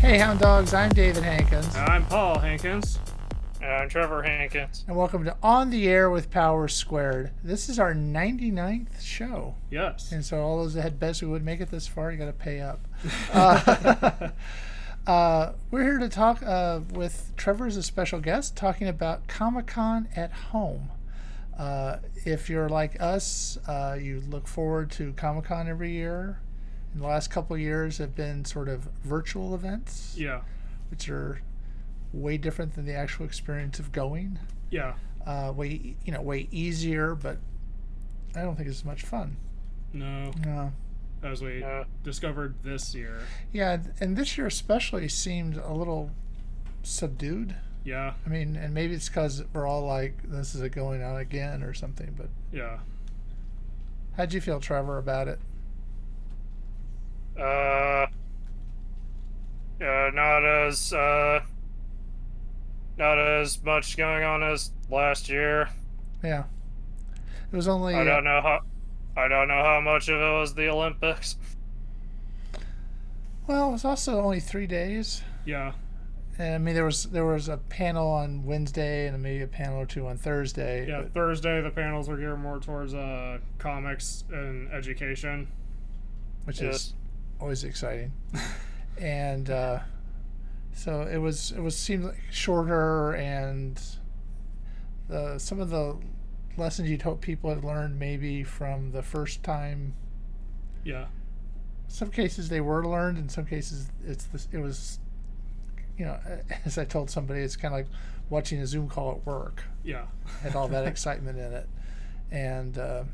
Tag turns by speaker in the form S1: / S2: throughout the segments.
S1: Hey, Hound Dogs, I'm David Hankins,
S2: I'm Paul Hankins.
S3: Uh,
S2: And I'm Trevor Hankins.
S1: and welcome to On the Air with Power Squared. This is our 99th show,
S2: Yes.
S1: and so all those that had bets who would make it this far, you got to pay up. Uh, uh, we're here to talk uh, with Trevor as a special guest, talking about Comic Con at home. Uh, if you're like us, uh, you look forward to Comic Con every year. In the last couple of years have been sort of virtual events.
S2: Yeah.
S1: which are way different than the actual experience of going.
S2: Yeah.
S1: Uh, way you know, way easier, but I don't think it's as much fun.
S2: No.
S1: Uh,
S2: As we
S3: Uh,
S2: discovered this year.
S1: yeah, and- and this year especially seemed a little subdued.
S2: Yeah.
S1: I mean, and maybe it's because we're all like, "This is it going on again" or something. But
S2: Yeah.
S1: how'd you feel, Trevor, about it?
S3: uh, uh, not as uh, not as much going on as last year.
S1: Yeah, it was only.
S3: I don't know how. I don't know how much of it was the Olympics.
S1: Well, it was also only three days.
S2: Yeah.
S1: And I mean, there was there was a panel on Wednesday and maybe a panel or two on Thursday.
S2: Yeah.
S1: but-
S2: Thursday, the panels were geared more towards uh, comics and education.
S1: which is always exciting. and uh, so it was it was seemed like shorter and the some of the lessons you'd hope people had learned maybe from the first time.
S2: Yeah.
S1: Some cases they were learned, in some cases it's the, it was. You know, as I told somebody, it's kind of like watching a Zoom call at work
S2: Yeah.
S1: had all that excitement in it, and uh,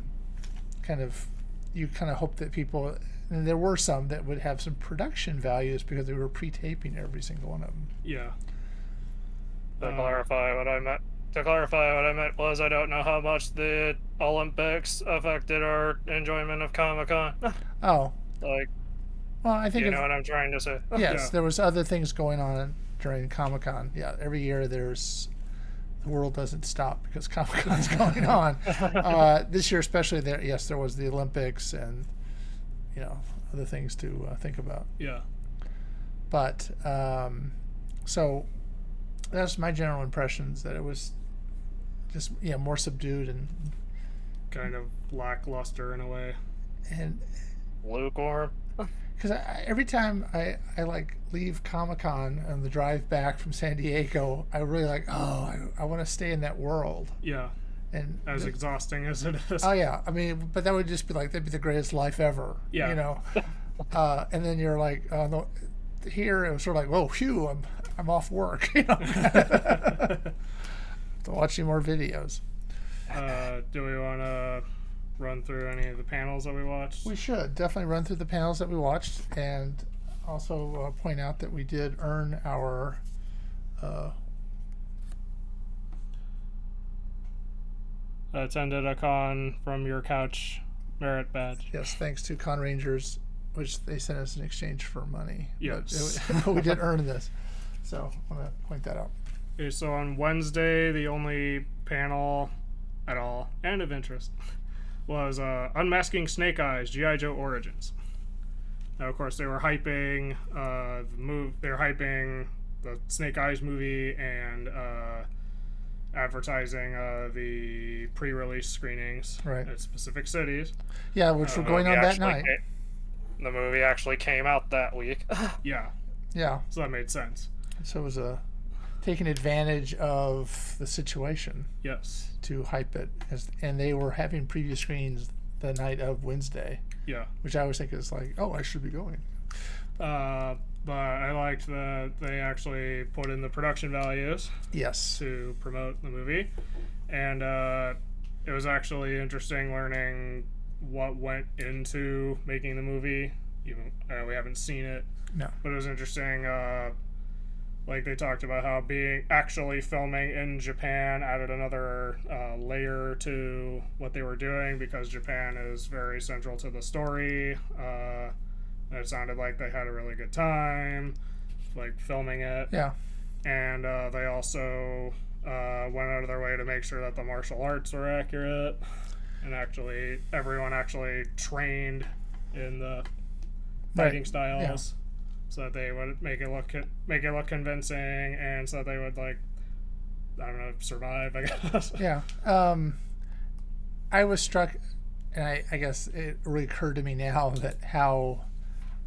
S1: kind of you kind of hope that people and there were some that would have some production values because they were pre-taping every single one of them.
S2: Yeah.
S3: To
S2: Uh,
S3: clarify what I meant. To clarify what I meant was I don't know how much the Olympics affected our enjoyment of Comic Con.
S1: Oh,
S3: like
S1: well, I think
S3: you
S1: if-
S3: know what I'm trying to say.
S1: yes,
S2: yeah.
S1: there was other things going on during Comic Con. Yeah, every year there's the world doesn't stop because Comic Con's going on. Uh, this year, especially there, yes, there was the Olympics and you know other things to uh, think about.
S2: Yeah.
S1: but um, so that's my general impressions that it was just yeah more subdued and
S2: Kind of lackluster in a way.
S1: and
S3: Lukewarm.
S1: because I, I- every time I I like leave Comic Con on the drive back from San Diego, I really like oh I, I want to stay in that world
S2: Yeah.
S1: and
S2: As exhausting as it is.
S1: oh yeah I mean but that would just be like that'd be the greatest life ever
S2: Yeah.
S1: you know uh, and then you're like uh, no, here it was sort of like whoa phew I'm I'm off work you know watching more videos.
S2: uh, do we want to run through any of the panels that we watched?
S1: We should definitely run through the panels that we watched and also uh, point out that we did earn our uh,
S2: attended a con from your couch merit badge.
S1: yes thanks to Con Rangers, which they sent us in exchange for money.
S2: Yes.
S1: But, it- but we did earn this. So I'm going to point that out.
S2: Okay, so on Wednesday, the only panel at all and of interest was uh, Unmasking Snake Eyes G.I. Joe Origins. Now, of course, they were hyping uh, the move. They were hyping the Snake Eyes movie and uh, advertising uh, the pre-release screenings
S1: Right.
S2: at specific cities.
S1: Yeah, which we're
S2: Uh,
S1: going
S3: Movie
S1: on that
S3: actually
S1: night.
S3: ca- the movie actually came out that week.
S2: Yeah,
S1: Yeah.
S2: so that made sense.
S1: So it was a taking advantage of the situation
S2: Yes.
S1: to hype it. As, and they were having preview screens the night of Wednesday,
S2: Yeah.
S1: which I always think is like, oh, I should be going.
S2: Uh, but I liked that they actually put in the production values
S1: Yes.
S2: to promote the movie, and uh, it was actually interesting learning what went into making the movie. Even uh, we haven't seen it,
S1: No.
S2: but it was interesting. Uh, like they talked about how being actually filming in Japan added another uh, layer to what they were doing because Japan is very central to the story. Uh, and it sounded like they had a really good time, like filming it
S1: Yeah.
S2: and uh, they also uh, went out of their way to make sure that the martial arts were accurate and actually everyone actually trained in the
S1: Right.
S2: fighting styles so that they would make it look make it look convincing, and so that they would like I don't know survive. I guess.
S1: Yeah. Um, I was struck, and I, I guess it recurred to me now that how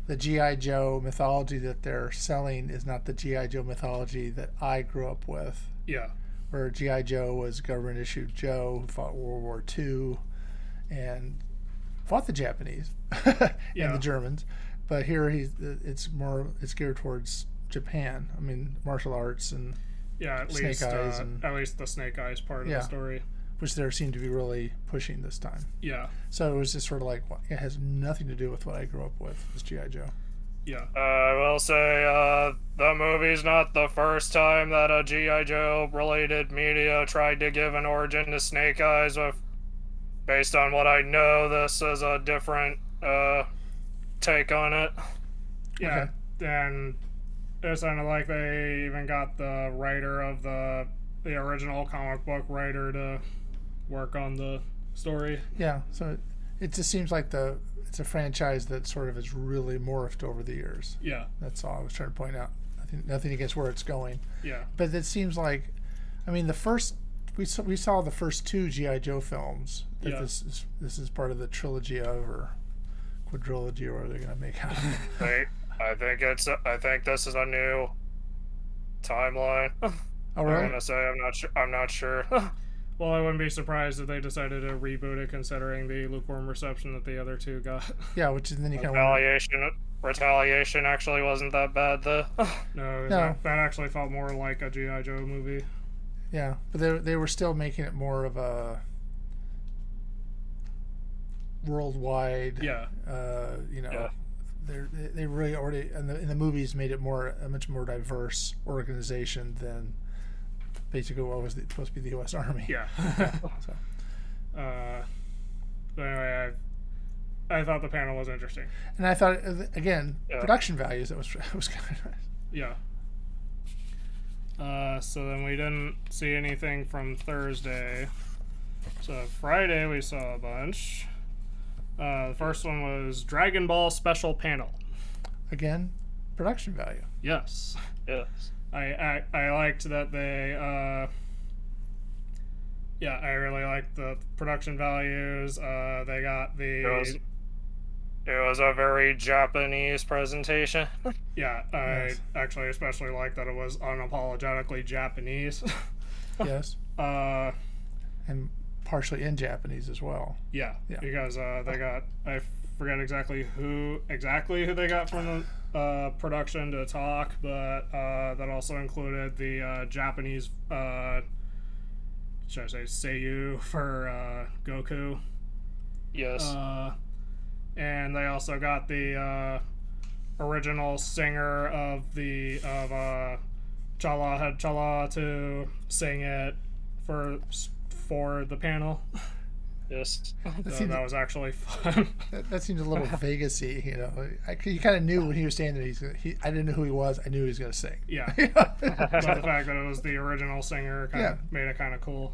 S1: the G.I. Joe mythology that they're selling is not the G.I. Joe mythology that I grew up with,
S2: yeah.
S1: where G.I. Joe was government issued Joe who fought World War II and fought the Japanese and
S2: Yeah.
S1: the Germans. But here he's it's more it's geared towards Japan. I mean martial arts and
S2: Yeah, at
S1: Snake
S2: least
S1: Eyes
S2: uh,
S1: and-
S2: at least the snake eyes part of
S1: Yeah.
S2: the story.
S1: which they seem to be really pushing this time.
S2: Yeah,
S1: So it was just sort of like well, it has nothing to do with what I grew up with. It was GI Joe.
S2: yeah,
S3: Uh, I will say uh, the movie's not the first time that a G.I. Joe related media tried to give an origin to Snake Eyes. With, based on what I know, this is a different uh, take on it.
S2: yeah.
S1: Okay.
S2: And it sounded like they even got the writer of the the original comic book writer to work on the story.
S1: Yeah. So it, it just seems like the it's a franchise that sort of has really morphed over the years.
S2: Yeah,
S1: That's all I was trying to point out. Nothing, nothing against where it's going,
S2: yeah,
S1: but it seems like, I mean, the first we saw, we saw the first two GI Joe films. That
S2: Yeah.
S1: This is this is part of the trilogy of or quadrilogy or whatever they're gonna make out of it.
S3: Wait, I think it's. I think this is a new timeline.
S1: All
S3: I'm
S1: right.
S3: gonna say I'm not sure. I'm not sure.
S2: Well, I wouldn't be surprised if they decided to reboot it, considering the lukewarm reception that the other two got.
S1: Yeah. Which then you kind of
S3: retaliation. Retaliation actually wasn't that bad though.
S2: no,
S1: No.
S2: That, that actually felt more like a GI Joe movie.
S1: yeah, but they they were still making it more of a worldwide.
S2: Yeah,
S1: uh, you know,
S3: Yeah.
S1: they're, they they really already and the, and the movies made it more a much more diverse organization than basically what was the, supposed to be the U.S. Army.
S2: yeah.
S1: So,
S2: Uh, but anyway, I I thought the panel was interesting.
S1: and I thought uh, th- again,
S3: Yeah.
S1: production values. That was was kind of nice.
S2: Yeah. Uh, so then we didn't see anything from Thursday. So Friday we saw a bunch. Uh, the first one was Dragon Ball Special Panel.
S1: Again, production value.
S2: Yes.
S3: yes.
S2: I, I, I liked that they, uh, yeah, I really liked the production values. Uh, they got the,
S3: It was. It was a very Japanese presentation.
S2: yeah, I
S1: Yes.
S2: actually especially liked that it was unapologetically Japanese.
S1: yes,
S2: uh,
S1: and partially in Japanese as well.
S2: Yeah,
S1: Yeah.
S2: because uh, they got I forget exactly who exactly who they got from the uh, production to talk, but uh, that also included the uh, Japanese uh, should I say Seiyu for uh, Goku,
S3: Yes.
S2: uh, and they also got the uh, original singer of the of uh, Chala had Chala to sing it for for the panel.
S3: yes.
S1: That
S2: So
S1: seemed
S2: that was actually fun.
S1: that, that seemed a little Vegasy. You know, I, you kind of knew when he was standing there. He's gonna, he, I didn't know who he was. I knew he was going to sing.
S2: Yeah, but the
S1: yeah.
S2: fact that it was the original singer kind
S1: Yeah.
S2: of made it kind of cool.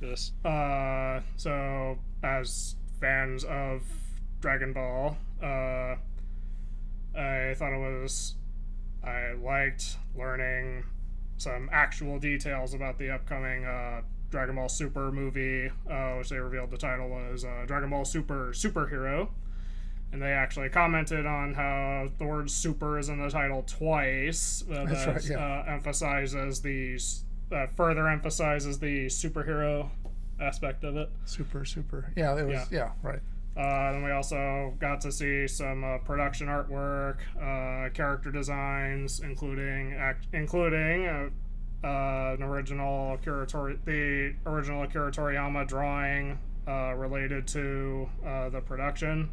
S3: Yes.
S2: Uh, so, as fans of Dragon Ball, uh, I thought it was. I liked learning some actual details about the upcoming uh, Dragon Ball Super movie, uh, which they revealed the title was uh, Dragon Ball Super Superhero. And they actually commented on how the word super is in the title twice. Uh,
S1: That's
S2: that,
S1: right, yeah.
S2: uh, emphasizes the, s- uh, further emphasizes the superhero aspect of it.
S1: Super, super. Yeah, it was. yeah
S2: Yeah.
S1: right.
S2: Uh, then we also got to see some uh, production artwork, uh, character designs, including act- including uh, uh, an original Kuratori- the original Akira Toriyama drawing uh, related to uh, the production,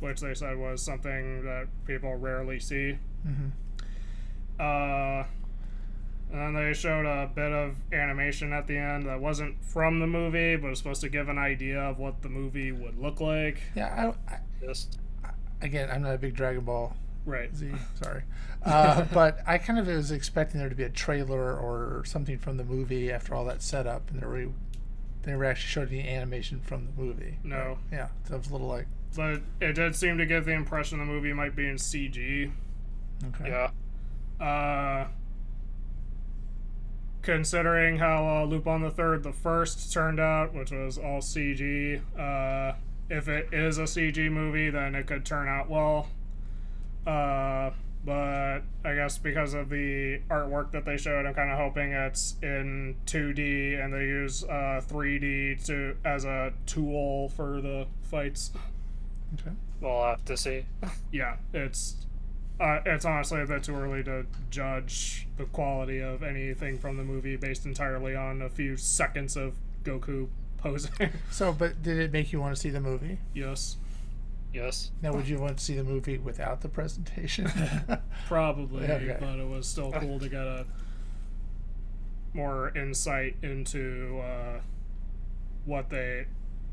S2: which they said was something that people rarely see.
S1: hmm
S2: Uh, and then they showed a bit of animation at the end that wasn't from the movie, but was supposed to give an idea of what the movie would look like.
S1: Yeah, I, I,
S3: Yes.
S1: again, I'm not a big Dragon Ball
S2: Right.
S1: Z, sorry, uh, but I kind of was expecting there to be a trailer or something from the movie after all that setup, and there were they were actually showed the animation from the movie.
S2: No.
S1: Yeah, so I was a little like,
S2: But it did seem to give the impression the movie might be in CG,
S1: Okay.
S3: Yeah.
S2: Uh, considering how uh, Lupin the Third, the First, turned out, which was all CG. Uh, if it is a CG movie, then it could turn out well. Uh, but I guess because of the artwork that they showed, I'm kind of hoping it's in 2D and they use uh, 3D to as a tool for the fights.
S1: Okay.
S3: We'll have to see.
S2: Yeah, it's uh, it's honestly a bit too early to judge the quality of anything from the movie based entirely on a few seconds of Goku posing.
S1: So, but did it make you want to see the movie?
S2: yes,
S3: Yes.
S1: Now, would you want to see the movie without the presentation?
S2: probably,
S1: Okay.
S2: but it was still cool to get a more insight into uh, what they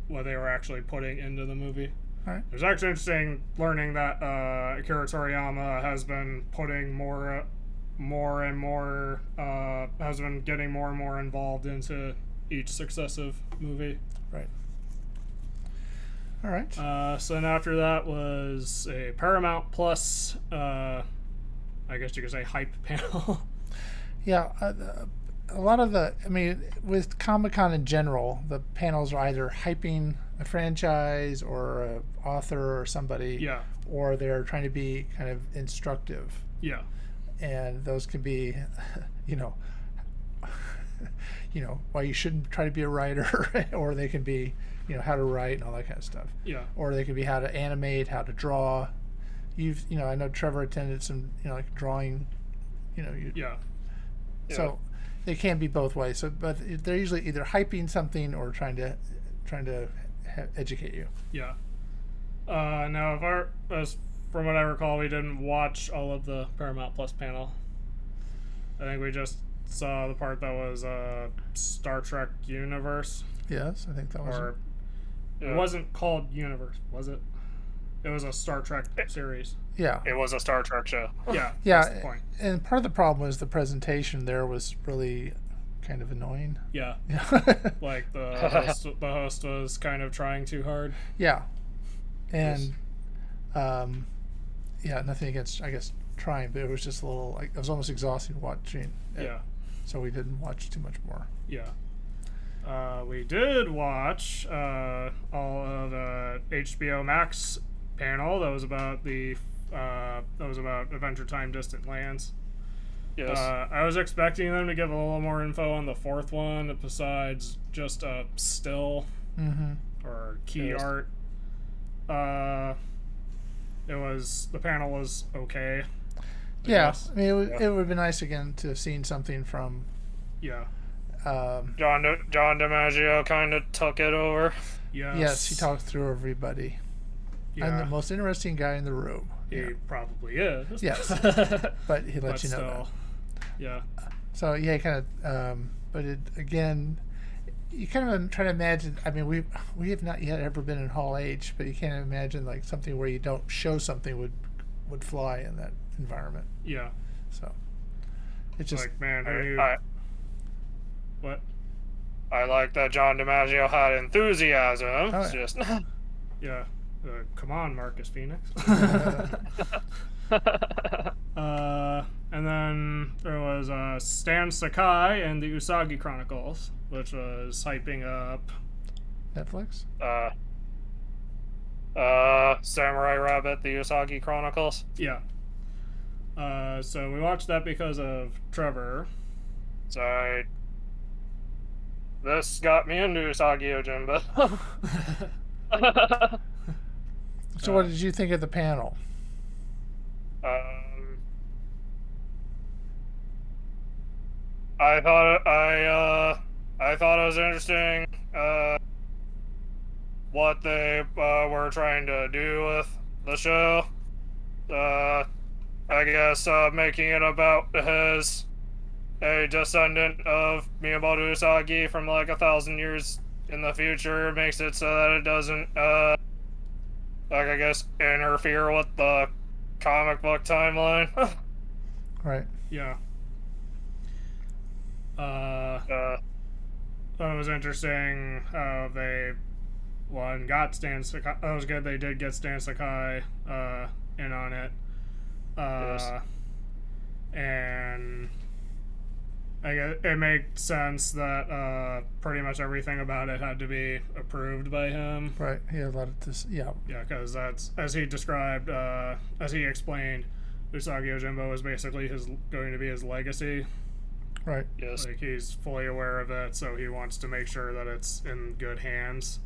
S2: what they were actually putting into the movie.
S1: Alright.
S2: It was actually interesting learning that uh, Akira Toriyama has been putting more, more and more, uh, has been getting more and more involved into each successive movie.
S1: right. All right.
S2: Uh, so then after that was a Paramount Plus, uh, I guess you could say hype panel.
S1: Yeah, uh, the- a lot of the, I mean, with Comic Con in general, the panels are either hyping a franchise or a author or somebody,
S2: yeah,
S1: or they're trying to be kind of instructive,
S2: yeah,
S1: and those can be, you know, you know why you shouldn't try to be a writer, or they can be, you know, how to write and all that kind of stuff,
S2: yeah,
S1: or they can be how to animate, how to draw. You've, you know, I know Trevor attended some, you know, like drawing, you know, you,
S2: yeah,
S3: Yeah.
S1: so they can be both ways. So, but they're usually either hyping something or trying to trying to he- educate you.
S2: yeah. Uh, now, if our, as from what I recall, we didn't watch all of the Paramount Plus panel. I think we just saw the part that was uh, Star Trek Universe,
S1: Yes, I think that was.
S2: or
S3: Yeah.
S2: it wasn't called Universe, was it? It was a Star Trek series.
S1: yeah,
S3: It was a Star Trek show.
S2: Yeah,
S1: Yeah,
S2: That's the point.
S1: and part of the problem was the presentation there was really kind of annoying.
S2: Yeah,
S1: Yeah,
S2: like the host, the host was kind of trying too hard.
S1: yeah, and um, yeah, nothing against I guess trying, but it was just a little like it was almost exhausting watching. it,
S2: Yeah,
S1: so we didn't watch too much more.
S2: yeah. Uh, we did watch uh, all of the HBO Max panel that was about the uh, that was about Adventure Time Distant Lands.
S3: Yes.
S2: Uh, I was expecting them to give a little more info on the fourth one, besides just a still
S1: Mm-hmm.
S2: or key
S3: Yes.
S2: art. Uh, it was the panel was okay. I
S1: Yeah,
S2: guess.
S1: I mean, it, would
S3: Yeah.
S1: it would have been nice again to have seen something from.
S2: Yeah.
S1: Um,
S3: John D- John DiMaggio kind of took it over.
S2: Yes.
S1: Yes, he talks through everybody. I'm the most interesting guy in the room.
S2: He
S1: Yeah.
S2: probably is.
S1: Yes. But he
S2: but
S1: lets you know
S2: still, yeah,
S1: that. So yeah, kind of. Um, but it, again, you kind of try to imagine. I mean, we we have not yet ever been in Hall H, but you can't imagine like something where you don't show something would would fly in that environment.
S2: yeah.
S1: So it's
S2: It's
S1: just
S2: like, man, are you
S3: I,
S2: what?
S3: I like that John DiMaggio had enthusiasm.
S1: Oh,
S3: It's
S1: yeah.
S3: just
S2: Yeah. Uh, come on, Marcus Phoenix. uh, and then there was uh, Stan Sakai and the Usagi Chronicles, which was hyping up.
S1: Netflix.
S3: uh, uh, Samurai Rabbit: The Usagi Chronicles.
S2: Yeah. Uh, so we watched that because of Trevor.
S3: So I, this got me into Usagi Ojimba.
S1: So what
S2: Uh,
S1: did you think of the panel?
S3: Um, I thought I uh, I thought it was interesting uh, what they uh, were trying to do with the show. Uh, I guess uh, making it about his a descendant of Miyamoto Usagi from like a thousand years in the future makes it so that it doesn't uh, like I guess interfere with the comic book timeline.
S1: Right.
S2: yeah. Uh,
S3: uh,
S2: thought it was interesting how they one got Stan Sakai. That was good. They did get Stan Sakai uh, in on uh, it. Uh,
S3: Yes.
S2: And I guess it made sense that uh, pretty much everything about it had to be approved by him.
S1: Right. He had a lot of this. Yeah.
S2: Yeah, because that's as he described, uh, as he explained, Usagi Ojimbo is basically his going to be his legacy.
S1: Right.
S3: Yes.
S2: Like he's fully aware of it, so he wants to make sure that it's in good hands.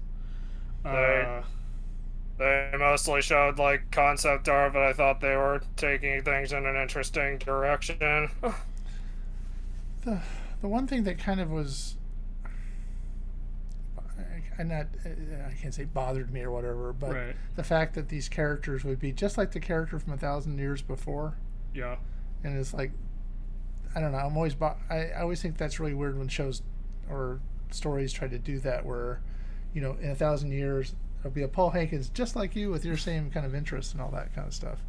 S2: Uh,
S3: Right. They mostly showed like concept art, but I thought they were taking things in an interesting direction.
S1: The the one thing that kind of was, I, I not I can't say bothered me or whatever, but
S2: right.
S1: the fact that these characters would be just like the character from a thousand years before,
S2: Yeah.
S1: and it's like, I don't know. I'm always bo- I, I always think that's really weird when shows or stories try to do that, where, you know, in a thousand years there'll be a Paul Hankins just like you with your same kind of interests and all that kind of stuff.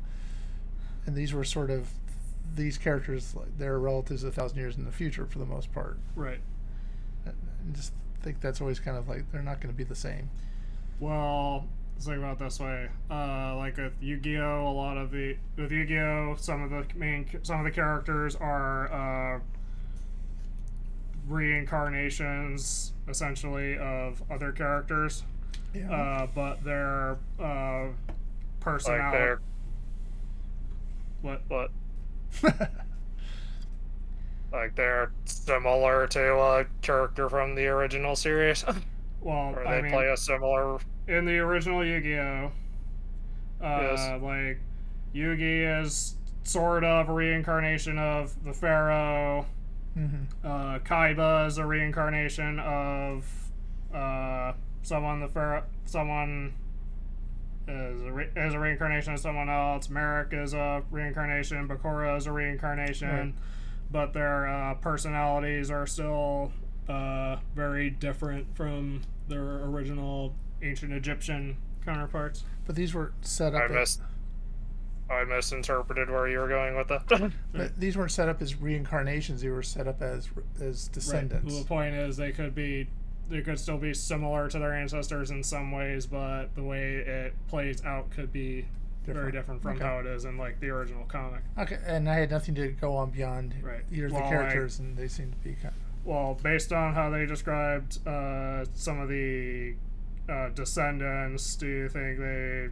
S1: And these were sort of these characters, like, their relatives a thousand years in the future for the most part.
S2: Right.
S1: I I just think that's always kind of like they're not going to be the same.
S2: Well, let's think about it this way. Uh, like with Yu-Gi-Oh, a lot of the with Yu-Gi-Oh, some of the main some of the characters are uh, reincarnations, essentially, of other characters.
S1: Yeah.
S2: Uh, but their uh,
S3: like
S2: personality.
S3: they're
S2: what?
S3: what like they're similar to a character from the original series,
S2: Well,
S3: or they
S2: I mean,
S3: play a similar.
S2: in the original Yu-Gi-Oh, uh,
S3: Yes.
S2: like Yugi is sort of a reincarnation of the Pharaoh.
S1: hmm
S2: uh, Kaiba is a reincarnation of uh, someone the fur someone is a, re- is a reincarnation of someone else. Merrick is a reincarnation. Bakura is a reincarnation,
S1: Right.
S2: but their uh, personalities are still uh, very different from their original ancient Egyptian counterparts.
S1: But these were set up.
S3: I
S1: as-
S3: mis I misinterpreted where you were going with that.
S1: But these weren't set up as reincarnations; they were set up as as descendants.
S2: The point is, they could be, they could still be similar to their ancestors in some ways, but the way it plays out could be very different from
S1: okay.
S2: how it is in like the original comic.
S1: Okay, and I had nothing to go on beyond
S2: Right.
S1: either of the
S2: Well, I-
S1: characters, and they seem to be kind
S2: Well, based on how they described uh, some of the uh, descendants, do you think they?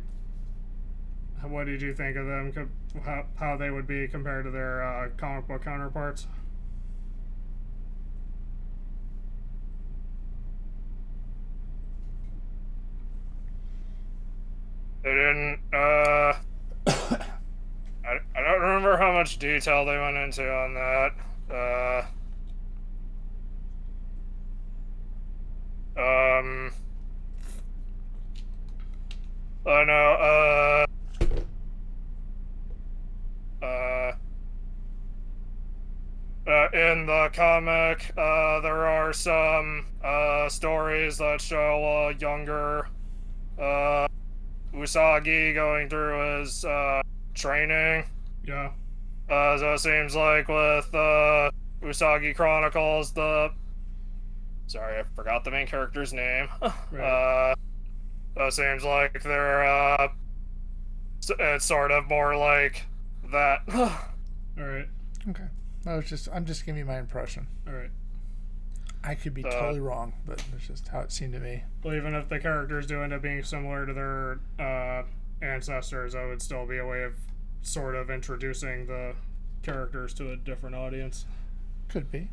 S2: What did you think of them? co- How, how they would be compared to their uh, comic book counterparts?
S3: They didn't. Uh, I, I don't remember how much detail they went into on that. Uh, um, I know. Uh, uh, uh, in the comic, uh, there are some uh, stories that show a younger uh, Usagi going through his uh, training.
S2: Yeah.
S3: Uh, so it seems like with uh, Usagi Chronicles, the sorry, I forgot the main character's name. Uh, so it seems like they're uh, s- it's sort of more like that.
S2: All right.
S1: of. Okay, I was just I'm just giving you my impression.
S2: All right.
S1: I could be
S3: Uh,
S1: totally wrong, but that's just how it seemed to me.
S2: Well, even if the characters do end up being similar to their uh, ancestors, that would still be a way of sort of introducing the characters to a different audience.
S1: Could be.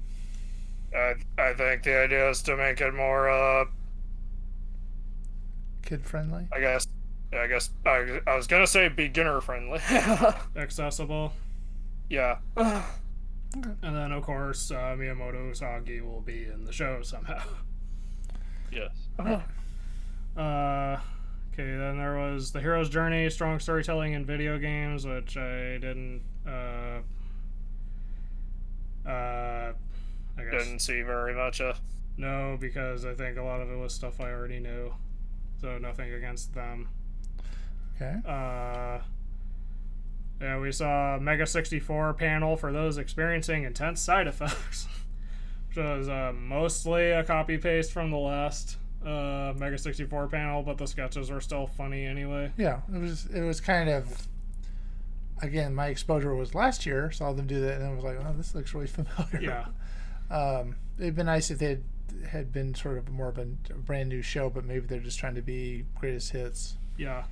S3: I, I think the idea is to make it more, uh,
S1: Kid friendly,
S3: I guess, I guess I, I was gonna say beginner friendly.
S2: Accessible.
S3: yeah.
S2: And then, of course, uh, Miyamoto Usagi will be in the show somehow.
S3: Yes.
S2: Uh, okay, then there was The Hero's Journey, Strong Storytelling in Video Games, which I didn't. Uh, uh, I guess.
S3: Didn't see very much of.
S2: No, because I think a lot of it was stuff I already knew. So nothing against them.
S1: okay.
S2: Uh, yeah, we saw a Mega 64 panel for those experiencing intense side effects, which was uh, mostly a copy paste from the last uh, Mega 64 panel, but the sketches were still funny anyway.
S1: Yeah, it was it was kind of again, my exposure was last year. Saw them do that, and I was like, "Oh, this looks really
S2: Yeah.
S1: familiar." Yeah. Um, it'd been nice if they had, had been sort of more of a brand new show, but maybe they're just trying to be greatest hits
S2: Yeah.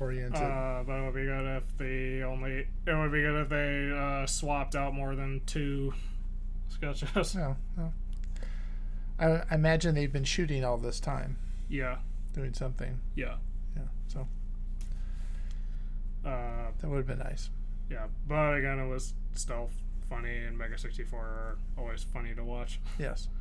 S1: oriented.
S2: Uh, but it would be good if they only. It would be good if they uh, swapped out more than two sketches.
S1: no, no. I, I imagine they've been shooting all this time,
S2: Yeah.
S1: doing something.
S2: Yeah.
S1: Yeah, so
S2: Uh,
S1: that would have been nice.
S2: yeah. But again, it was still funny, and Mega 64 are always funny to watch.
S1: Yes.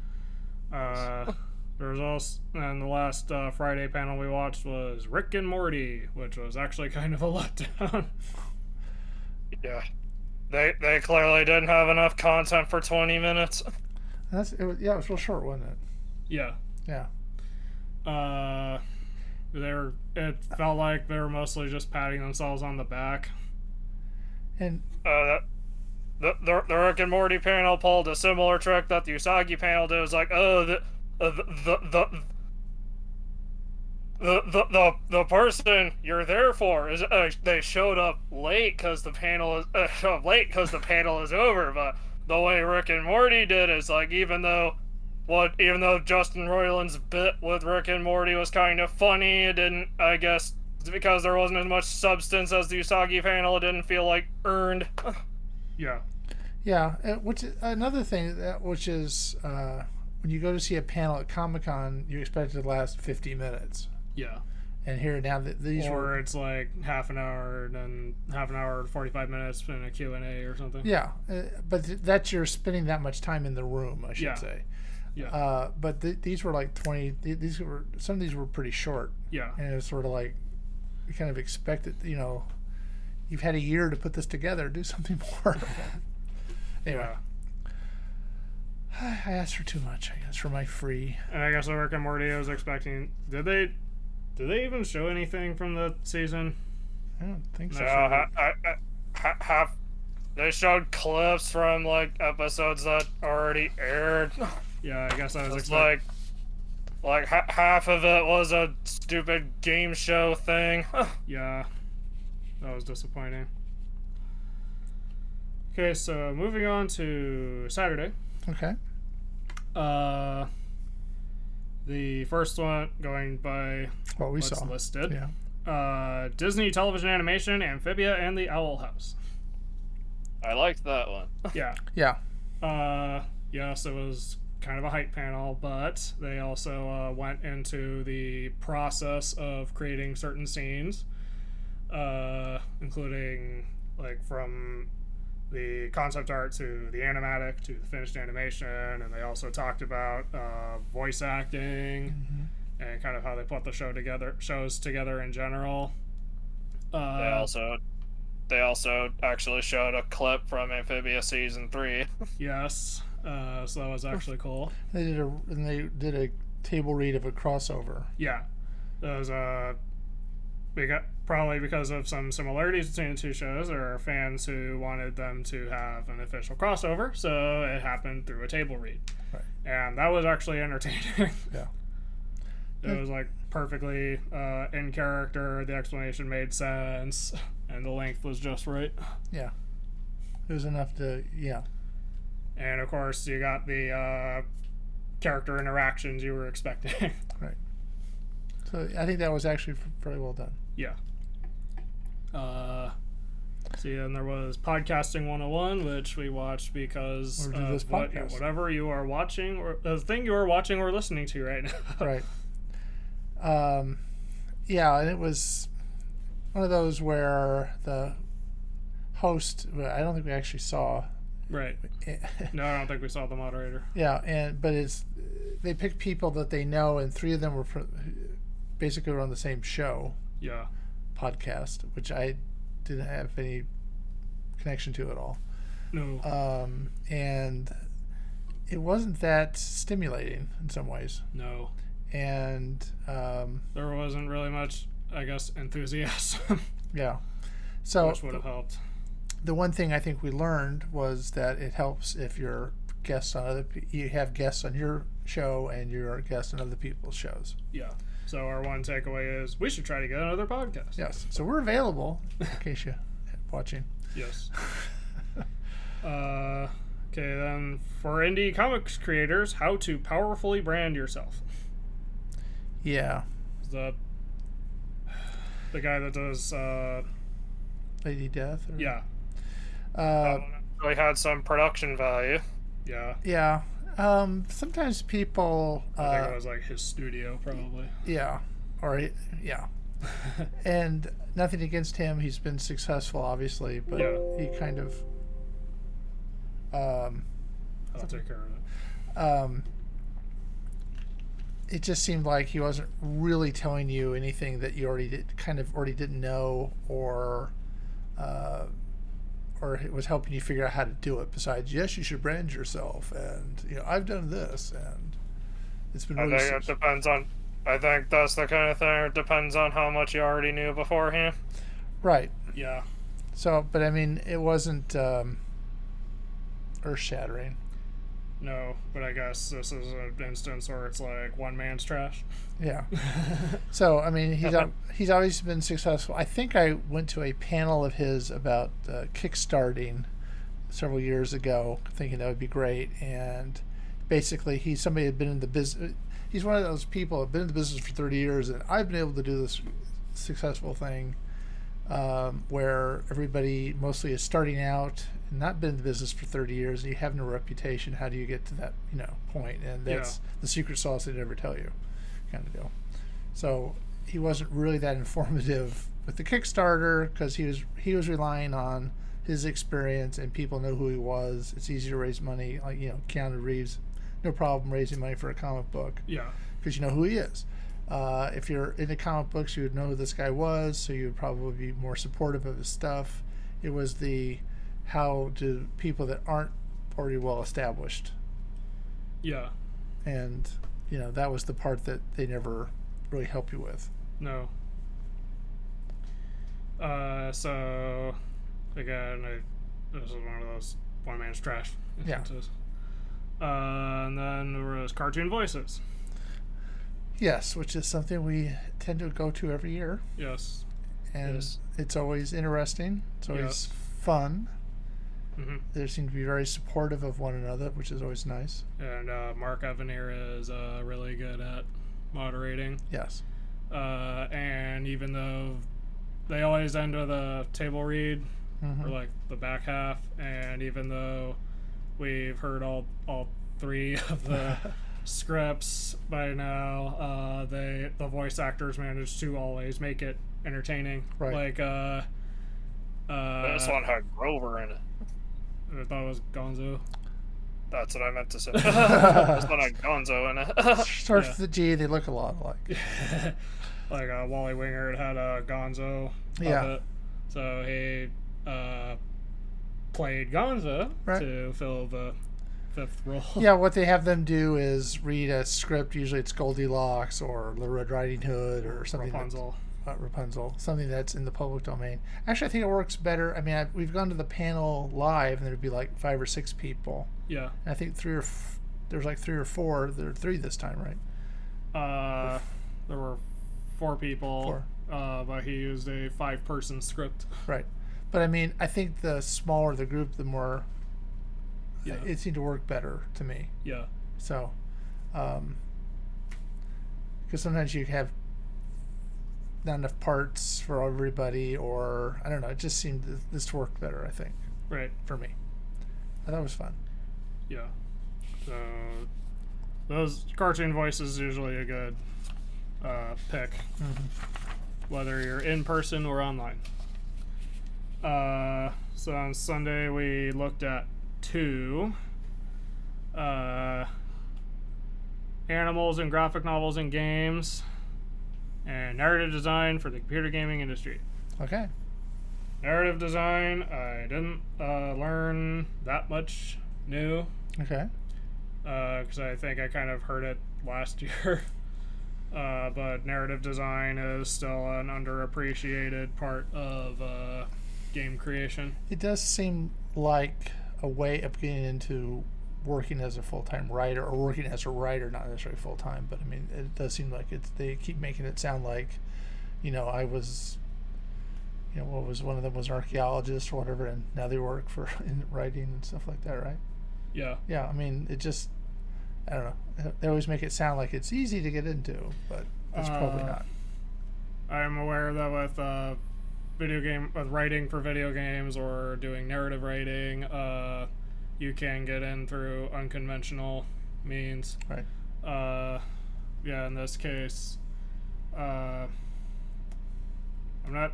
S2: Uh, there was also. And the last uh, Friday panel we watched was Rick and Morty, which was actually kind of a letdown.
S3: Yeah. They they clearly didn't have enough content for 20 minutes.
S1: And that's it was, yeah, it was real short, wasn't it?
S2: yeah.
S1: Yeah.
S2: Uh, they were. It felt like they were mostly just patting themselves on the back.
S1: And
S3: Uh, the, the the Rick and Morty panel pulled a similar trick that the Usagi panel did. It was like, oh, the uh, the the. the the, the, the, the person you're there for is uh, they showed up late because the panel is uh, showed up late because the panel is over. But the way Rick and Morty did is like even though what even though Justin Roiland's bit with Rick and Morty was kind of funny, it didn't I guess it's because there wasn't as much substance as the Usagi panel, it didn't feel like earned.
S2: Yeah.
S1: Yeah, uh, which another thing that which is uh, when you go to see a panel at Comic Con, you expect it to last fifty minutes,
S2: Yeah.
S1: and here now that these
S2: or
S1: were
S2: it's like half an hour and then half an hour and 45 minutes and a q&a or something
S1: yeah, uh, but th- that's you're spending that much time in the room, I should
S2: Yeah.
S1: say.
S2: Yeah.
S1: Uh, but th- these were like twenty. Th- these were some of these were pretty short,
S2: yeah
S1: and it was sort of like you kind of expected. You know, you've had a year to put this together. Do something more. anyway,
S2: Yeah.
S1: I asked for too much. I guess for my free.
S2: and i guess the rick and morty I was expecting did they did they even show anything from the season
S1: I don't think so.
S3: No, ha- Uh, I, I, ha- half. They showed clips from like episodes that already aired.
S2: yeah i guess i was
S3: It's
S2: expecting
S3: like, like ha- half of it was a stupid game show thing.
S2: yeah that was disappointing okay so moving on to saturday
S1: Okay.
S2: uh the first one going by
S1: What we
S2: what's
S1: saw.
S2: listed
S1: Yeah.
S2: uh disney television animation amphibia and the owl house
S3: I liked that one.
S2: yeah
S1: Yeah.
S2: Uh, yes, it was kind of a hype panel, but they also uh, went into the process of creating certain scenes, uh, including like from the concept art to the animatic to the finished animation, and they also talked about uh, voice acting and kind of how they put the show together, shows together in general. Uh,
S3: They also, they also actually showed a clip from Amphibia season three.
S2: yes, uh, so that was actually cool.
S1: They did a and they did a table read of a crossover.
S2: Yeah, those uh, we got probably because of some similarities between the two shows. There are fans who wanted them to have an official crossover, so it happened through a table read,
S1: Right.
S2: and that was actually entertaining.
S1: Yeah.
S2: It was like perfectly uh, in character. The explanation made sense, and the length was just right.
S1: Yeah. It was enough to yeah.
S2: And of course, you got the uh, character interactions you were expecting.
S1: So I think that was actually f- very well done.
S2: Yeah. Uh, see, and there was podcasting 101, which we watched because
S1: Or do
S2: of
S1: this
S2: what-
S1: podcast.
S2: whatever you are watching or the thing you are watching or listening to right now.
S1: Right. Um, yeah, and it was one of those where the host I don't think we actually saw.
S2: right. No, I don't think we saw the moderator.
S1: yeah, and but it's they picked people that they know, and three of them were fr- basically were on the same show.
S2: Yeah.
S1: podcast, which I didn't have any connection to at all.
S2: No.
S1: Um, and it wasn't that stimulating in some ways.
S2: no.
S1: And um,
S2: There wasn't really much, I guess, enthusiasm,
S1: yeah. So
S2: which would have helped.
S1: the one thing I think we learned was that it helps if you're guests on other pe- you have guests on your show and you're a guest on other people's shows.
S2: Yeah. So our one takeaway is we should try to get another podcast.
S1: Yes. So we're available in case you watching.
S2: Yes. uh, okay, then for indie comics creators, how to powerfully brand yourself.
S1: Yeah,
S2: The the guy that does uh,
S1: Lady Death. Or,
S2: yeah Um,
S1: Uh,
S3: They had some production value.
S2: yeah
S1: yeah. Um, sometimes people.
S2: I think
S1: Uh,
S2: it was like his studio probably.
S1: Yeah, or he- yeah, and nothing against him. He's been successful, obviously, but
S2: Yeah.
S1: he kind of. Um,
S2: I'll take care of it.
S1: um, it just seemed like he wasn't really telling you anything that you already did, kind of already didn't know, or, uh, or it was helping you figure out how to do it. Besides, yes, you should brand yourself, and you know I've done this, and it's been
S3: I
S1: really.
S3: think it
S1: successful.
S3: depends on. I think that's the kind of thing. It depends on how much you already knew beforehand.
S1: right.
S2: Yeah.
S1: So, but I mean, it wasn't um, earth shattering.
S2: No, but I guess this is an instance where it's like one man's trash.
S1: Yeah. so, I mean, he's al- he's always been successful. I think I went to a panel of his about uh, kickstarting several years ago, thinking that would be great. And basically, he's somebody had been in the business. He's one of those people have been in the business for thirty years, and I've been able to do this successful thing um, where everybody mostly is starting out and not been in the business for 30 years and you have no reputation how do you get to that you know point and
S2: Yeah.
S1: that's the secret sauce they never tell you kind of deal so he wasn't really that informative with the kickstarter because he was he was relying on his experience and people know who he was it's easy to raise money like you know keanu reeves no problem raising money for a comic book
S2: Yeah.
S1: because you know who he is. Uh, if you're into comic books, you would know who this guy was, so you would probably be more supportive of his stuff. It was the how do people that aren't already well established,
S2: Yeah.
S1: and you know that was the part that they never really help you with.
S2: No. Uh, so again, I, this is one of those one man's trash
S1: Yeah.
S2: instances. Uh, and then there was cartoon voices.
S1: Yes, which is something we tend to go to every year,
S2: Yes.
S1: and
S2: Yes.
S1: it's always interesting. It's always fun.
S2: hmm
S1: They seem to be very supportive of one another, which is always nice.
S2: And uh, Mark Evanier is uh, really good at moderating.
S1: Yes.
S2: Uh, and even though they always end with a table read, or
S1: Mhm.
S2: like the back half. And even though we've heard all all three of the scripts by now, uh, they the voice actors manage to always make it entertaining.
S1: Right.
S2: Like uh, uh,
S3: this one had Grover in it.
S2: I thought it was Gonzo.
S3: That's what I meant to say. this one had Gonzo in it.
S1: Starts
S2: yeah.
S1: with the G. They look a lot alike.
S2: like uh, Wally Winger had a Gonzo.
S1: Yeah.
S2: puppet, so he uh, played Gonzo
S1: Right.
S2: to fill the fifth role.
S1: yeah, what they have them do is read a script. Usually, it's Goldilocks or the Red Riding Hood or something. that's-
S2: Rapunzel.
S1: uh, Rapunzel, something that's in the public domain. Actually, I think it works better. I mean, I, we've gone to the panel live, and there'd be like five or six people.
S2: Yeah.
S1: And I think three or f- there's like three or four. There are three this time, right?
S2: Uh, there were four people.
S1: Four.
S2: Uh, but he used a five-person script.
S1: Right. But I mean, I think the smaller the group, the more
S2: Yeah.
S1: it seemed to work better to me.
S2: Uh, yeah.
S1: So, um 'cause because sometimes you have not enough parts for everybody, or I don't know, it just seemed th- this worked better, I think,
S2: Right.
S1: for me. I thought it was fun.
S2: Yeah. So those cartoon voices usually a good uh, pick, whether you're in person or online. Uh, so on Sunday we looked at two uh, animals in graphic novels and games, and narrative design for the computer gaming industry.
S1: Okay.
S2: Narrative design, I didn't uh, learn that much new
S1: Okay.
S2: because I think I kind of heard it last year. Uh, but narrative design is still an underappreciated part of uh, game creation.
S1: It does seem like a way of getting into working as a full time writer or working as a writer, not necessarily full time, but I mean, it does seem like it's, they keep making it sound like, you know, I was, you you know, what was one of them was an archaeologist or whatever, and now they work for in writing and stuff like that, right?
S2: Yeah.
S1: Yeah, I mean, it just, I don't know. They always make it sound like it's easy to get into, but it's probably
S2: Uh,
S1: not.
S2: I am aware that with uh, video game with writing for video games or doing narrative writing, uh, you can get in through unconventional means.
S1: Right.
S2: Uh, yeah, in this case, uh, I'm not.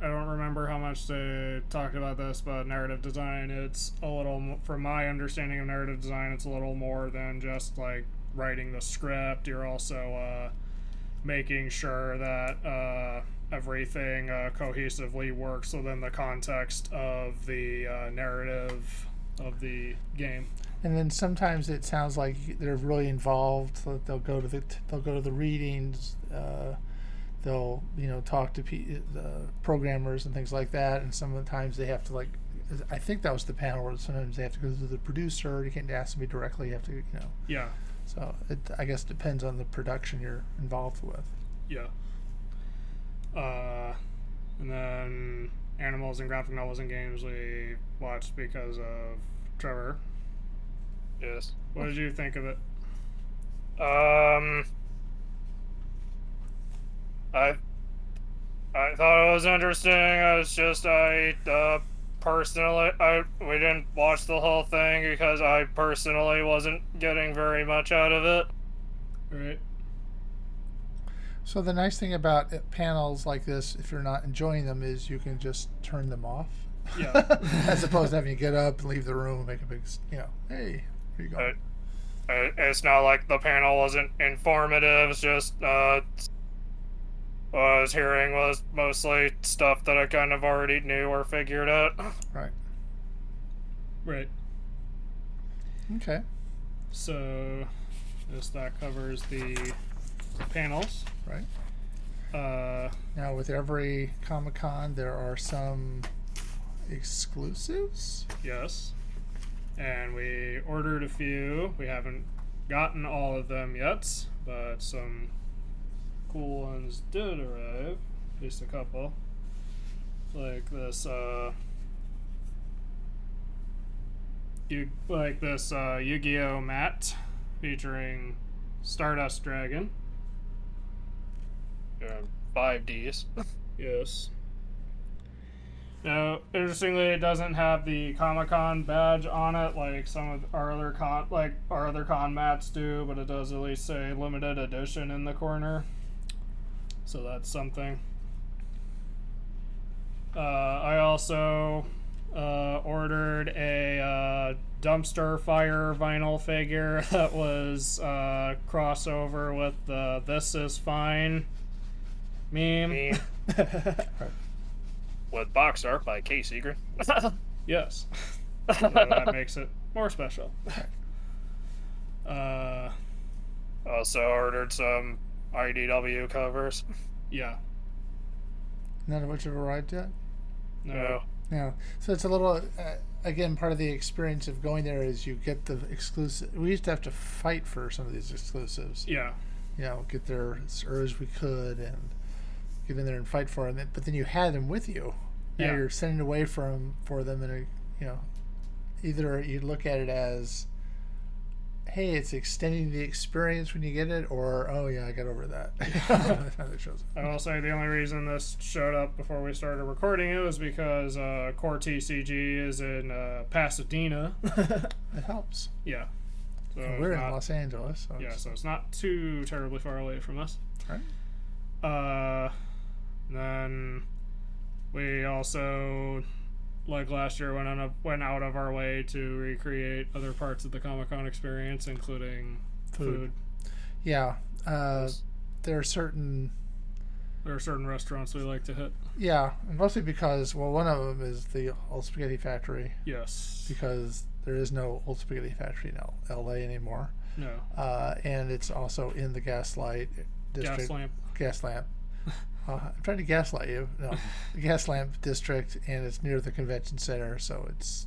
S2: I don't remember how much they talked about this, but narrative design, it's a little, mo- from my understanding of narrative design, it's a little more than just like writing the script. You're also uh, making sure that uh, everything uh, cohesively works within the context of the uh, narrative of the game.
S1: And then sometimes it sounds like they're really involved. so They'll go to the they'll go to the readings. Uh, they'll you know talk to pe- the programmers and things like that. And sometimes they have to like, I think that was the panel where sometimes they have to go to the producer. You can't ask me directly. You have to you know.
S2: Yeah.
S1: So it I guess depends on the production you're involved with.
S2: Yeah. Uh, and then animals and graphic novels and games we watched because of Trevor.
S3: Yes.
S2: What did you think of it?
S3: Um, I I thought it was interesting. I was just I uh, personally I we didn't watch the whole thing because I personally wasn't getting very much out of it.
S2: Right.
S1: So the nice thing about uh, panels like this, if you're not enjoying them, is you can just turn them off.
S2: Yeah.
S1: As opposed to having to get up, leave the room, and make a big, s- you know, hey, here you go.
S3: Right. I- Uh, It's not like the panel wasn't informative. It's just uh, it's- what I was hearing was mostly stuff that I kind of already knew or figured out.
S1: Right.
S2: Right.
S1: Okay.
S2: So, this that covers the panels.
S1: Right.
S2: Uh,
S1: Now, with every Comic Con, there are some exclusives.
S2: yes. And we ordered a few. We haven't gotten all of them yet, but some cool ones did arrive. At least a couple. Like this, uh. You, like this uh, Yu Gi Oh! mat featuring Stardust Dragon. Uh,
S3: Five Ds.
S2: Yes. Now, interestingly, it doesn't have the Comic Con badge on it like some of our other con like our other con mats do, but it does at least say limited edition in the corner. So that's something. Uh, I also uh, ordered a uh, dumpster fire vinyl figure that was uh, crossover with the "This Is Fine" meme.
S3: Me with box art by K. Seeger.
S2: Yes. So that makes it more special. Uh,
S3: also ordered some IDW covers.
S2: yeah.
S1: None of which have arrived yet.
S2: No.
S3: No.
S1: Yeah. So it's a little, uh, again, part of the experience of going there is you get the exclusive. We used to have to fight for some of these exclusives.
S2: Yeah.
S1: you know, get there as early as we could and get in there and fight for them. But then you had them with you. Now
S2: Yeah.
S1: you're sending away from for them, and you know, either you look at it as, hey, it's extending the experience when you get it, or oh yeah, I got over that. That's how that shows.
S2: I will say the only reason this showed up before we started recording it was because uh, Core TCG is in uh, Pasadena.
S1: It helps.
S2: yeah. So
S1: And we're in
S2: not-
S1: Los Angeles, so
S2: Yeah,
S1: it's-
S2: so it's not too terribly far away from us.
S1: Right.
S2: Uh, then we also, like last year, went on a, went out of our way to recreate other parts of the Comic Con experience, including
S1: Food.
S2: food.
S1: yeah. Uh, there are certain
S2: There are certain restaurants we like to hit.
S1: yeah, and mostly because well, one of them is the Old Spaghetti Factory.
S2: Yes.
S1: because there is no old spaghetti factory in L- LA anymore.
S2: No.
S1: Uh, and it's also in the gaslight district.
S2: Gas lamp.
S1: Gas lamp. Uh, I'm trying to gaslight you. No, the gas lamp district, and it's near the convention center, so it's,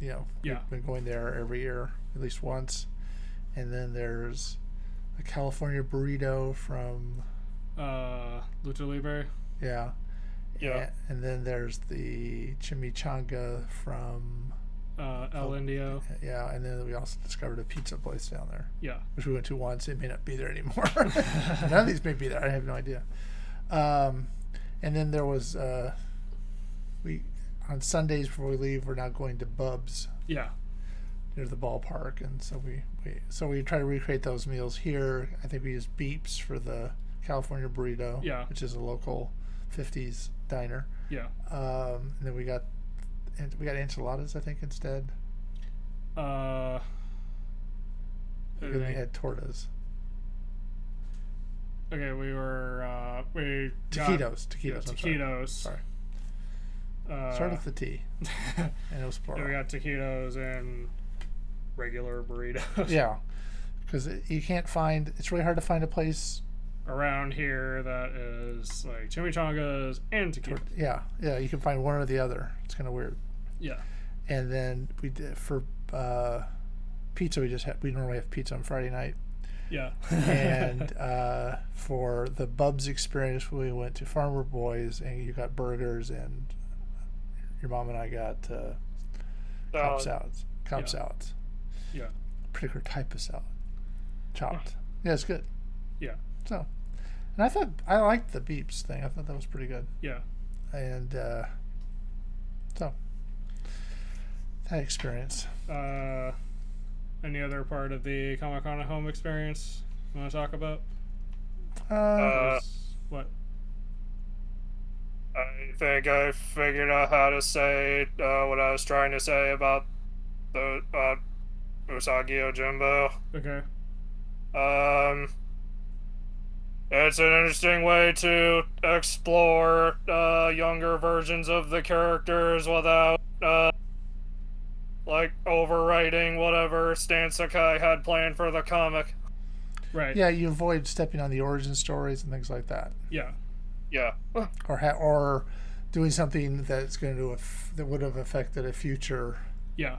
S1: you know,
S2: Yeah.
S1: been going there every year at least once. And then there's a California burrito from
S2: Uh, Lucha Libre.
S1: yeah,
S3: Yeah.
S1: A- And then there's the chimichanga from
S2: Uh,
S1: Oh.
S2: El Indio.
S1: yeah, and then we also discovered a pizza place down there,
S2: Yeah.
S1: which we went to once. It may not be there anymore. None of these may be there. I have no idea. Um, and then there was uh, we on Sundays before we leave, we're now going to Bub's
S2: Yeah.
S1: near the ballpark, and so we, we so we try to recreate those meals here. I think we use Beeps for the California burrito,
S2: Yeah.
S1: which is a local '50s diner.
S2: Yeah.
S1: Um, and then we got and we got enchiladas, I think, instead.
S2: Uh,
S1: And then we had tortas,
S2: okay, we were uh, we got-
S1: taquitos,
S2: yeah,
S1: taquitos. I'm
S2: taquitos.
S1: Sorry.
S2: Uh,
S1: Sorry. Start with the T, and it was
S2: yeah,
S1: plural.
S2: we got taquitos and regular burritos
S1: yeah, because you can't find. It's really hard to find a place.
S2: around here that is like chimichangas and taquitos.
S1: Yeah, yeah. You can find one or the other. It's kind of weird.
S2: Yeah.
S1: and then we did for uh, pizza. We just had we normally have pizza on Friday night,
S2: Yeah.
S1: and uh, for the Bubs experience, we went to Farmer Boys, and you got burgers, and your mom and I got uh, cob
S3: Salad.
S1: salads, cob
S2: Yeah.
S1: salads,
S2: Yeah.
S1: particular type of salad, chopped. Yeah, it's good.
S2: Yeah.
S1: So, and I thought I liked the beeps thing. I thought that was pretty good,
S2: Yeah.
S1: and uh, so that experience.
S2: Uh, any other part of the Comic Con at home experience you want to talk about?
S1: uh,
S3: Uh,
S2: Is- what?
S3: I think I figured out how to say uh, what I was trying to say about the uh, Usagi Ojimbo.
S2: Okay.
S3: Um, it's an interesting way to explore uh, younger versions of the characters without, uh, like, overwriting whatever Stan Sakai had planned for the comic.
S2: Right.
S1: Yeah, you avoid stepping on the origin stories and things like that,
S2: Yeah.
S3: Yeah.
S1: or ha- or doing something that's going to aff- that would have affected a future.
S2: Yeah.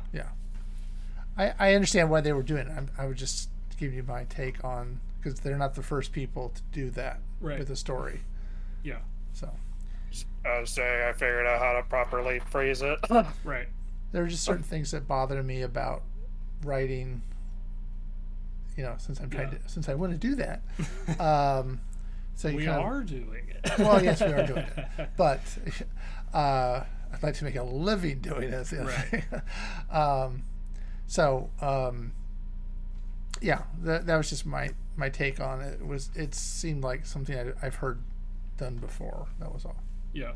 S1: I, I understand why they were doing it. I'm, I would just give you my take on because they're not the first people to do that
S2: Right.
S1: with a story.
S2: Yeah.
S1: So
S3: I was saying I figured out how to properly phrase it.
S2: Right.
S1: there are just certain things that bother me about writing. You know, since I'm trying
S2: Yeah.
S1: to since I want to do that. Um, so you
S2: We
S1: kind of-
S2: are doing it.
S1: Well, yes, we are doing it, but uh, I'd like to make a living doing this.
S2: Right.
S1: um, so, um, yeah, that, that was just my my take on it. it was it seemed like something I, I've heard done before. That was all.
S2: Yeah.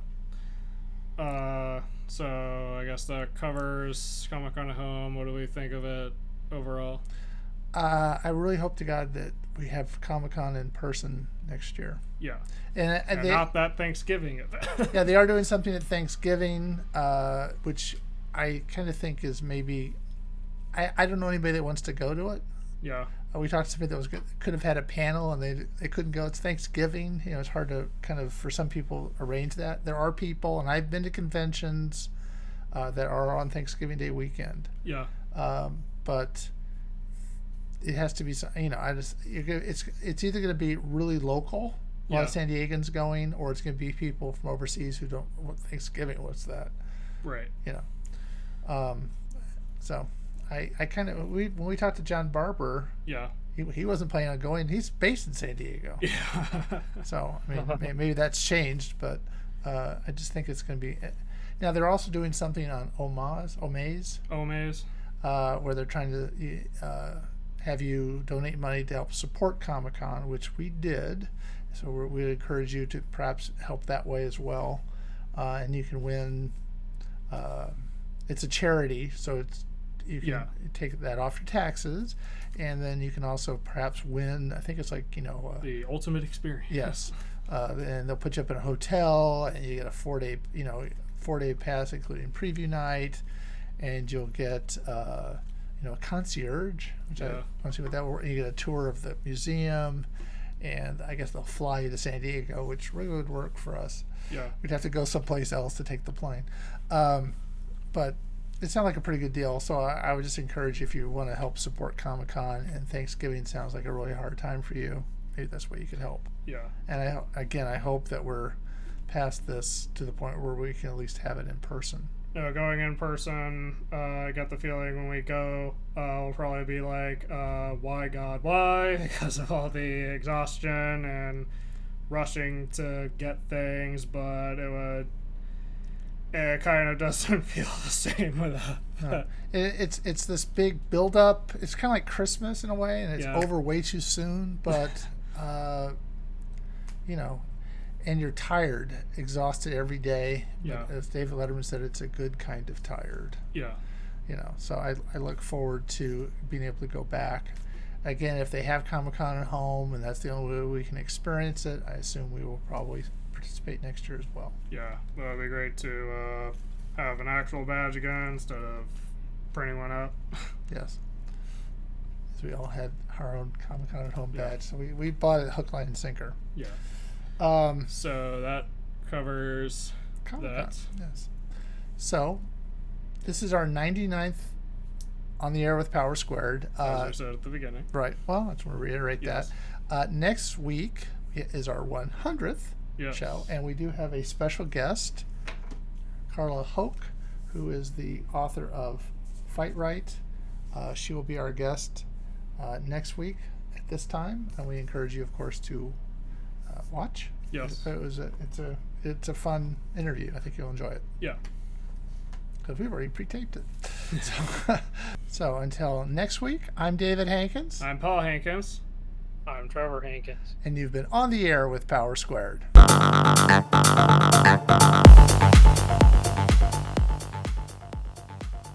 S2: Uh, so I guess that covers Comic Con at Home. What do we think of it overall?
S1: Uh, I really hope to God that we have Comic Con in person next year.
S2: Yeah.
S1: And, uh,
S2: And
S1: they,
S2: not that Thanksgiving event.
S1: yeah, they are doing something at Thanksgiving, uh, which I kind of think is maybe. I, I don't know anybody that wants to go to it.
S2: yeah.
S1: Uh, we talked to somebody that was good- could have had a panel and they they couldn't go. It's Thanksgiving, you know. It's hard to kind of for some people arrange that. There are people, and I've been to conventions uh, that are on Thanksgiving Day weekend,
S2: Yeah.
S1: um, but it has to be so- you know. I just you're gonna, it's it's either going to be really local, a lot
S2: Yeah.
S1: of San Diegans going, or it's going to be people from overseas who don't what Thanksgiving. What's that?
S2: Right.
S1: you know. Um, so I I kind of we when we talked to John Barber,
S2: Yeah.
S1: he, he wasn't planning on going. He's based in San Diego,
S2: Yeah.
S1: so I mean may- maybe that's changed, but uh, I just think it's going to be. eh, Now they're also doing something on Omaze, Omaze,
S2: Omaze.
S1: uh, where they're trying to uh, have you donate money to help support Comic Con, which we did. So we're, we encourage you to perhaps help that way as well, uh, and you can win. Uh, it's a charity, so it's you can
S2: Yeah.
S1: take that off your taxes, and then you can also perhaps win. I think it's like you know. Uh,
S2: The ultimate experience.
S1: Yes. Uh, and they'll put you up in a hotel, and you get a four day, you know, four day pass including preview night, and you'll get, uh, you know, a concierge, which I
S2: Yeah.
S1: want to see what that. were- You get a tour of the museum, and I guess they'll fly you to San Diego, which really would work for us.
S2: Yeah.
S1: We'd have to go someplace else to take the plane, um, but it sounded like a pretty good deal. So I, I would just encourage if you want to help support Comic Con, and Thanksgiving sounds like a really hard time for you. Maybe that's where you could help
S2: Yeah.
S1: and I again I hope that we're past this to the point where we can at least have it in person.
S2: No, going in person, uh, I got the feeling when we go, uh, we'll probably be like, uh, why God, why? Because of all the exhaustion and rushing to get things, but it would. It kind of doesn't feel the same without.
S1: No. It, it's it's this big build up. It's kind of like Christmas in a way, and it's
S2: Yeah.
S1: over way too soon. But uh, you know, and you're tired, exhausted every day. But
S2: Yeah.
S1: As David Letterman said, it's a good kind of tired.
S2: Yeah.
S1: You know, so I I look forward to being able to go back. Again, if they have Comic Con at home and that's the only way we can experience it, I assume we will probably participate next year as well.
S2: Yeah, that'd be great to uh, have an actual badge again instead of printing one out.
S1: Yes. So we all had our own Comic Con at home
S2: Yeah.
S1: badge. So we, we bought it hook, line, and sinker.
S2: Yeah.
S1: Um,
S2: So that covers
S1: Comic Con.
S2: that.
S1: Yes. So this is our 99th on the air with Power Squared.
S2: As
S1: Uh,
S2: I said at the beginning.
S1: right. Well, I just want to reiterate
S2: Yes.
S1: that. Uh, next week i- is our 100th
S2: Yes.
S1: show, and we do have a special guest, Carla Hoke, who is the author of Fight Right. Uh, she will be our guest uh, next week at this time, and we encourage you, of course, to uh, watch.
S2: Yes.
S1: It was a, it's a it's a fun interview. I think you'll enjoy it
S2: Yeah.
S1: because we've already pre-taped it. so, so until next week, I'm David Hankins,
S2: I'm Paul Hankins.
S3: I'm Trevor Hankins.
S1: and you've been on the air with Power Squared.